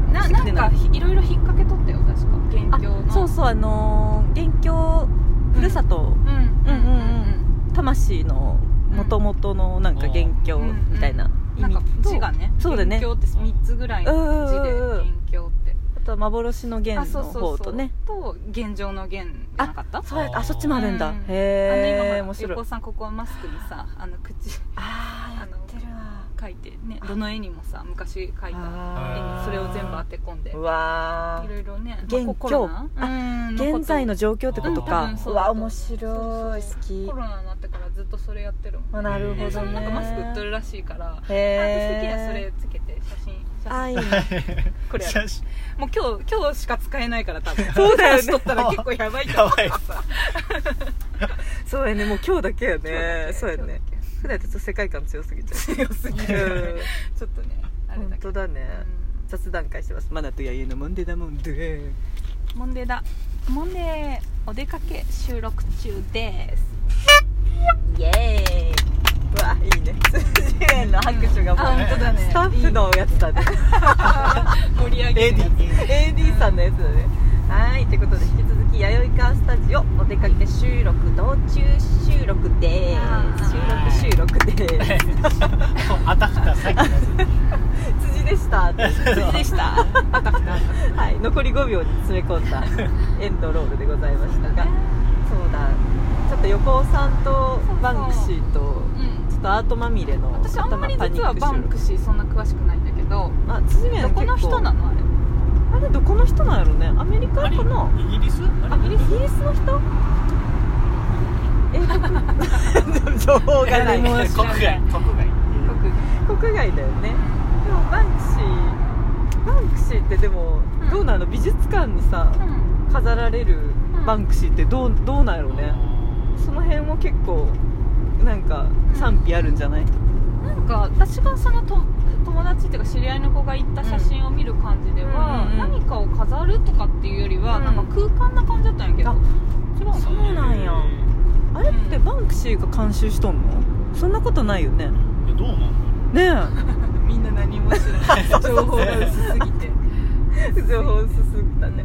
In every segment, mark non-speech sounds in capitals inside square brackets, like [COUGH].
てななんいかひいろいろ引っ掛けとったよ確か元凶のそうそうあのー元凶ふるさとうんうんうんうん魂の元々のなんかうん元凶みたいなな意ん味かと字がねそうだね元凶って三つぐらいの字でうんうんうん元凶ってあとは幻の元の方とねと現状の現じゃなかったそうやあそっちもあるんだうんあのへえ今ほ面ら白横い尾さんここはマスクにさあの口あーやってるわ書いてねどの絵にもさ昔描いた絵にあーそれを全部当て込んでうわいろーいろね元凶あ現在の状況ってことうん多か分そううだわと思う面白い好きコロナになってからずっとそれやってるもんあなるほどでねそのなんかマスク売ってるらしいから私へえ的にはそれつけて写真写あ真いいね [LAUGHS] これや写真もう今日今日しか使えないから多分そうだよね撮ったら結構やばい [LAUGHS] と思うからさそうやねもう今日だけや今日だねけそうやね普段ちょっと世界観強すぎちゃ強すぎるうちょっとねあれ本だけ当どだねうん雑談会してますマナとヤイエのモンデーだもんでモンデーだモンデーお出かけ収録中ですイエーイうわいいね数十円の拍手がもうあ本当だねスタッフのやつだね盛り上げ AD, AD さんのやつだねはいということで引き続き弥生川スタジオお出かけ収録道中収録ではーいす収録収録 [LAUGHS] でーすあたふたさっきのや辻でした辻で [LAUGHS] したはい残り5秒に詰め [LAUGHS] 込んだエンドロールでございましたがそうだちょっと横尾さんとバンクシーとうんちょっとアートまみれの私あんまり頭パニ実はバンッククシーそんな詳しくないんだけど集あ辻面どこの結構人なのあれあれどこの人なんやろねアメリカかなつイギリスあイギリスイギリスの人 [LAUGHS] 英国情報がない誰も国国外国外国外だよねでもバンクシーバンクシーってでも、うんどうなの美術館にさうん飾られるうんバンクシーってどうどうなんやろねその辺も結構なんか賛否あるんじゃない、なんか私がそのと友達っていうか知り合いの子が行った写真を見る感じでは、うんうんうん何かを飾るとかっていうよりは、うんなんか空間な感じだったんやけどあ違うのそうなんやあれってバンクシーが監修しとんのそんなことないよねいやどうなんねえみんな何も知ら [LAUGHS] ない情報が薄すぎ [LAUGHS] て情報進んだね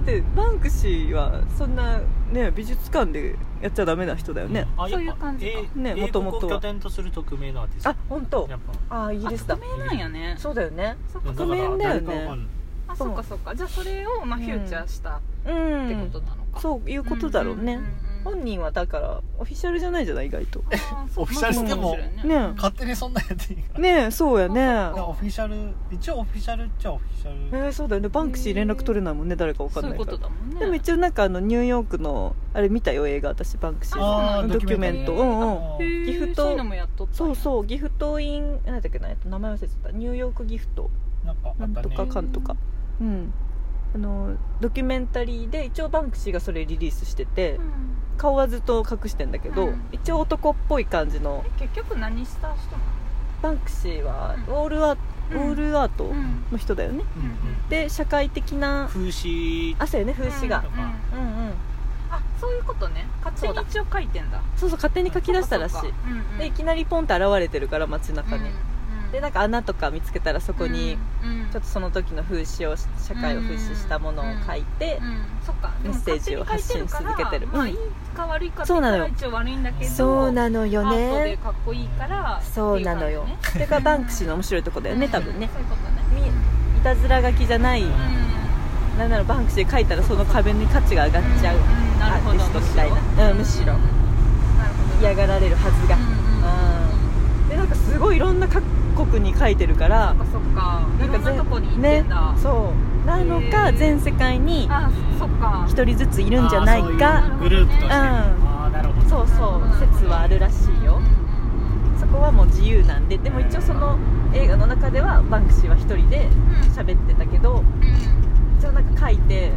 だっっててバンクシーはそんな、ね、美術館でやっちゃダメな人だよねだろそういう感じかねもと元々もはと拠点とする匿名のアーティストあ本当やっぱあイギリスだ匿名なんやねそうだよねそっいやかだ匿か名らだよね誰かわかんないあそっかそっかじゃあそれをまあうフんューチャーしたっうてことんなのか、そういうことだろうね本人はだからオフィシャルじゃないじゃない意外とオフィシャルででもね勝手にそんなやっていいかえねえそうやねらいやオフィシャル一応オフィシャルっちゃオフィシャえルーそうだよねバンクシー連絡取れないもんね誰かわかそんういなういかことらだもんねでも一応なんかあのニューヨークのあれ見たよ映画私バンクシーのあードキュメントドキュメンうんうんあーへーギフトそういうのもやっとったそううそうギフトイン何だっけなえっと名前忘れちゃったニューヨークギフトなんかあなっんたとかねかんとかうんあのドキュメンタリーで一応バンクシーがそれリリースしてて、ん顔はずっと隠してんだけど、うん一応男っぽい感じのえ結局何した人バンクシーはウうォールア,、うんウォールアートうんうんの人だよねうんうんで社会的な風刺あそうよね風刺がう、んうん、うんあそういうことね勝手そうだに一応書いてんだそうそう勝手に書き出したらしそっかいそっかうんうんでいきなりポンって現れてるから街中に、でなんか穴とか見つけたらそこに、ちょっとその時の風刺を社会を風刺したものを書いて、うんそっかでもメッセージを発信し続けて勝手に書いるからるまあうんいいか悪いかってそ言うったなのらよ一応悪いんだけどそうなのよアートでねかっこいいからそうなのっよていうそれがバンクシーの面白いとこだよ感じね多分ねそういうことねみいたずら書きじゃない、なんならバンクシーで書いたらその壁に価値が上がっちゃう、んんなるほどアーティストみたいなうんむしろなるほど嫌がられるはずが、うんうんでなんかすごいいろんな各国に書いてるからそっかそっかいろんなぜとこに行ってんだね、そうなのかへー全世界にあそっか一人ずついるんじゃないあかグループとしてああなるほどそうそう説はあるらしいよそこはもう自由なんででも一応その映画の中ではバンクシーは一人で喋ってたけど一応なんか書いて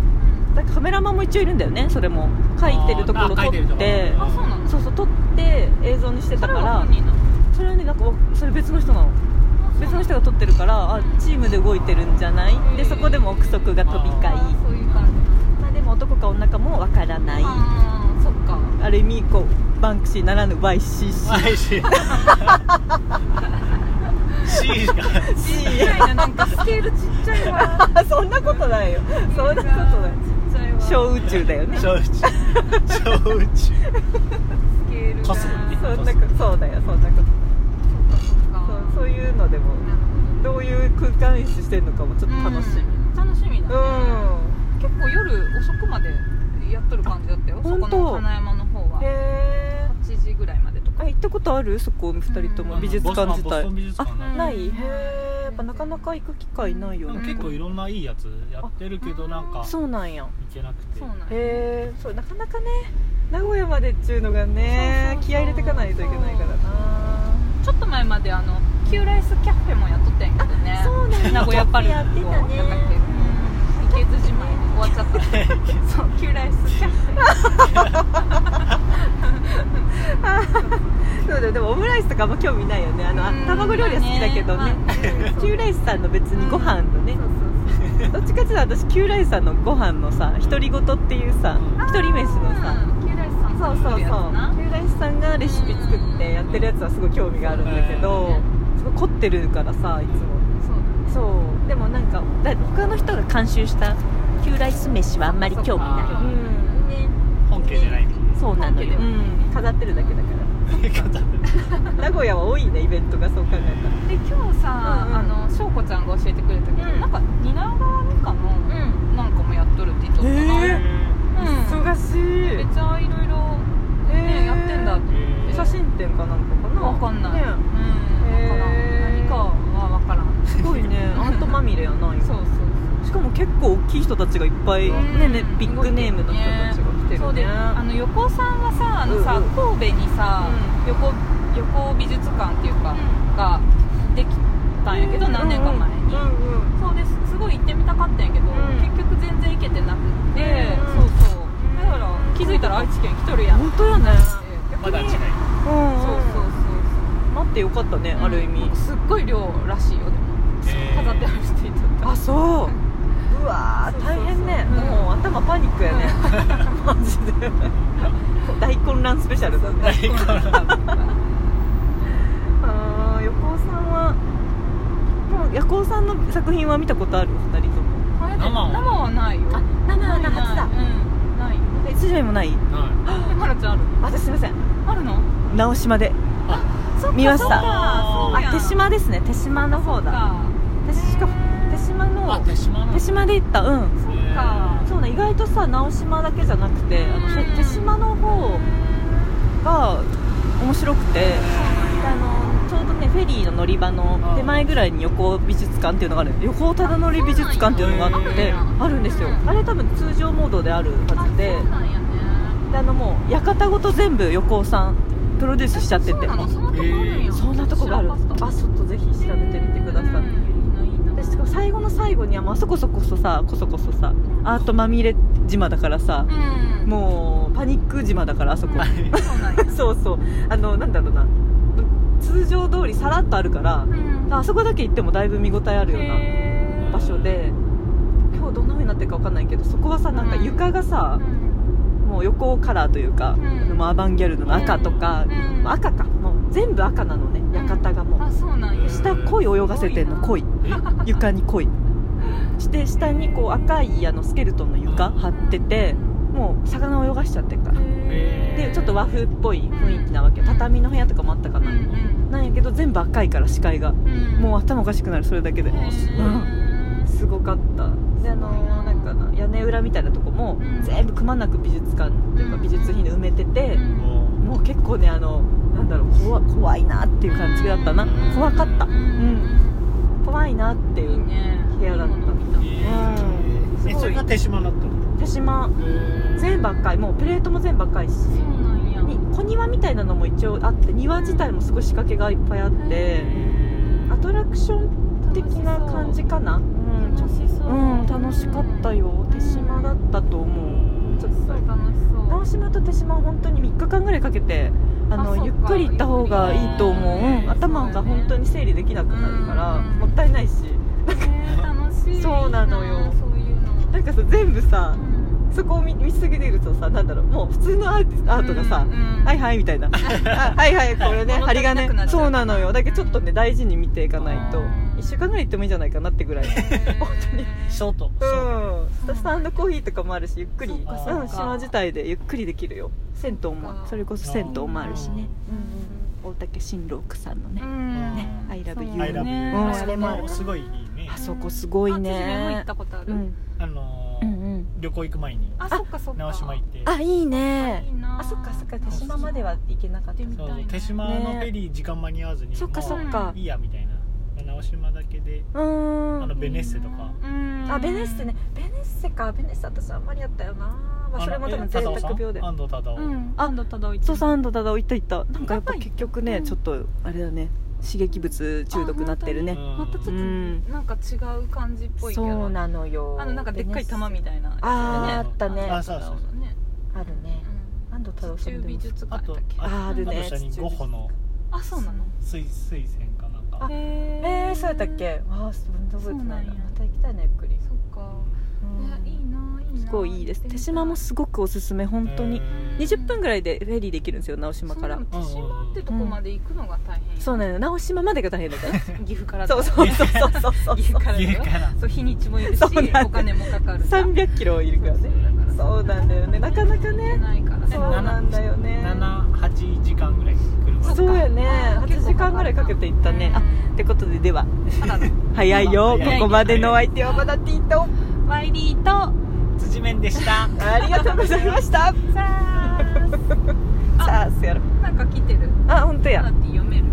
だからカメラマンも一応いるんだよねそれも書いてるところあー撮書いてるとっころてあそうなのそうそう撮って映像にしてたからそれはねなんかわそれ別の人なの別の人が撮ってるからあチームで動いてるんじゃないでそこでも憶測が飛び交いそういう感じまあでも男か女かもわからないああそっかある意味こうバンクシーならぬ YCC 愛し C がちっちゃいななんかスケールちっちゃいわそんなことないよ [LAUGHS] そんなことないちっちゃいわ小宇宙だよねそ小宇宙スケー小宇宙ルがかすごいねんなこそうだよそんそっかなことそうそっかそういうのでもなるほどどういう空間演出してるのかもちょっと楽しみうん楽しみだねうん結構夜遅くまでやっとる感じだったよあそこ本当の金山の方はへ8時ぐらいまでとかえ行ったことあるそこ二人ともうん美術館自ボスト体ン美術館あうんないへえやっぱなかなか行く機会ないよね結構いろんないいやつやってるけどなんか行そうなんやけなくてそうなんやへえそうなかなかね名古屋までっちゅうのがねそうそうそう気合い入れていかないといけないからなちょっと前まであのキューライスキャッフェもやっとったんやけどねそうなんだ名古屋パルコやってたねなんだっけうん池津島で終わっちゃったそうキューライスキャッフェそうだよでもオムライスとかあんま興味ないよねあのあうん卵料理は好きだけどねまあねキューライスさんの別にご飯のねそうそうどっちかっていうと私キューライスさんのご飯のさ独り言っていうさうん一人飯のさうんキューライスさんそうそうそうキュなーライスさんがレシピ作ってやってるやつはすごい興味があるんだけうんどすごい凝ってるからさいつもそうだねそうでもなんかだ他の人が監修したキューライス飯はあんまり興味そっなかいうんね本家じゃないみそうなのよ、本家ではうん、飾ってるだけだかたいな方ら名古屋は多いねイベントがそう考えで今日さ、うんうんあの翔子ちゃんが教えてくれたけど、うんなんか蜷川美香のたらうんなんかもやっとるって言っとったな、へえうん、しめっちゃいろいろね、やってんだってえー写真展かなんかかなわかんない、ねうん、わからへん何ーかはわからんすごい [LAUGHS] ねアントまみれやな今そうそうしかも結構大きい人たちがいっぱい、うんねねビッグネームの人たちが来てるねそうであの横尾さんはさあのさ、うんうん神戸にさ、う横横尾美術館っていうか、ができたんやけど、何年か前に、うんうんうんそうですすごい行ってみたかったんやけど、ん結局全然行けてなくって、うんうんそうそうだから気づいたら愛知県来とるやんって本当やねまだ違いうんそうそうそう待ってよかったね、そうある意味すっごい量らしいよでも飾ってある人いとったあそううわーそうそう大そう変ね、うんもう頭パニックやね、 [LAUGHS] マジで大混乱スペシャルだねえーあー横尾さんはもう横尾さんの作品は見たことある二人とも生はないよな生いないうんないよえ辻目もないはいえまるちゃんある私すいませんあるの直島でそっか見ましたそっかそうやあん手島ですね手島の方だ手しか手島あの手島なの手島で行ったうんそっかそうね意外とさ直島だけじゃなくてあのうん手手島の方が面白くてあのちょうどねフェリーの乗り場の手前ぐらいに横尾美術館っていうのがある横尾忠則美術館っていうのがあってあそうなんやあるんですようんあれ多分通常モードであるあはずでそうなんやねであのもう館ごと全部横尾さんプロデュースしちゃってそうてなのそんなとこあるんやえーそんなとこがある知らんかったあちょっとぜひ調べてみてくださいうんいいないいなでしかも最後の最後にはもうあそこそこそさこそこそさアートまみれ島だからさうんもうパニック島だからあそこはそうなんやそうそうあのなんだろうな通常通りさらっとあるからうんあそこだけ行ってもだいぶ見応えあるようなへ場所で今日どんな風になってるか分かんないけどそこはさなんか床がーさもう横カラーというか、うんあのもうアバンギャルドの赤とか、うんまあ赤かもう全部赤なのね館がもあう、そうなんや下鯉泳がせてんのすご鯉床に鯉して下にこう赤いあのスケルトンの床張っててもう魚を泳がしちゃってるからへーでちょっと和風っぽい雰囲気なわけ畳の部屋とかもあったかな、うんうんなんやけど全部赤いから視界がうんもう頭おかしくなるそれだけでへーすごいすごかったであのなんかな屋根裏みたいなとこもうん全部くまなく美術館というかうん美術品で埋めててうんもう結構ねあのなんだろう怖怖いなっていう感じだったなうん怖かったううんん怖いなってういんいいうね部屋だったいいもの見たうんすごいえそれが手島だったの手島全部赤いもうプレートも全部赤いしそうなんやに小庭みたいなのも一応あって庭自体もすごい仕掛けがいっぱいあってアトラクション的な感じかなうんちょ楽しそううん楽しかったよ手島だったと思うちょっと楽しそう直島と手島は本当に3日間ぐらいかけてあのあそうかゆっくり行った方がいいと思ゆう、っくりねうん頭が本当に整理できなくなるから、うんもったいないしへー楽しいそうなのよそういうのなんかさ全部さうんそこを見見すぎてるとさなんだろうもう普通のアーティスアートがさ、はいはいみた [LAUGHS] いなあはいはいこれね物足針りなくなっちゃう金、そうなのよだけどちょっとね大事に見ていかないとうん1週間ぐらい行ってもいいんじゃないかなってぐらい本当にショートうんスタンドコーヒーとかもあるしゆっくりそうかうんそうか島自体でゆっくりできるよ銭湯そっもかそれこそ銭湯もあるしねう大竹新郎さんのねね「I love そううね I love ね you あそれもすいごいいいねあそこすごいも行ねったことある、うんあのうーんうん旅行行く前にあそっかそっか直島行ってあいいいいねなあそっかそっか手島までは行けなかった行ってみそうたいね手島のフェリー時間間に合わずにそっかもうそっかいいやみたいな直島だけでうーんあのベネッセとかうんあベネッセねベネッセかベネッセ私あんまりやったよな、まあ、それも多分あ贅のえ沢病で安藤忠夫うんあ安藤忠一そうそう安藤忠夫行った行ったなんかやっぱやっぱり結局うねんちょっとあれだね刺激物中毒なってるうねんまたちょっとうんなんか違う感じっぽいけどそうなのよあのなんかでっかい玉みたいなやつあーあったねあそうそうだねあるね安藤忠夫さ中んで美も術あ館だとっけああるねあと下にゴッホのあそうなの水水仙かなんかへえー、そうやったっけああ全然覚えてないそうななんやまた行きたいなゆっくり、そっかうんいやいいないいなすごいいいです手島もすごくおすすめ本当にうん20分ぐらいでフェリーできるんですよ直島そうからでも手島ってとこまで行くのが大変そうなの直島までが大変だから [LAUGHS] 岐阜からだそうそうそうそうそうそう岐 [LAUGHS] 阜からだ家よから [LAUGHS] そう日にちもいるしそうなんだお金もかかる3 0 0キロいるからねそうなんだよねなかなか行けねないからそうなんだよね78時間ぐらい車でそうやねあー8時間ぐらいかけて行ったねあってことでではあらら早いよこ早いこまでのお相手はまだティートワイリーと辻面でしたありがとうございましたさあさあせやろなんか来てるあ本当パやーティー読める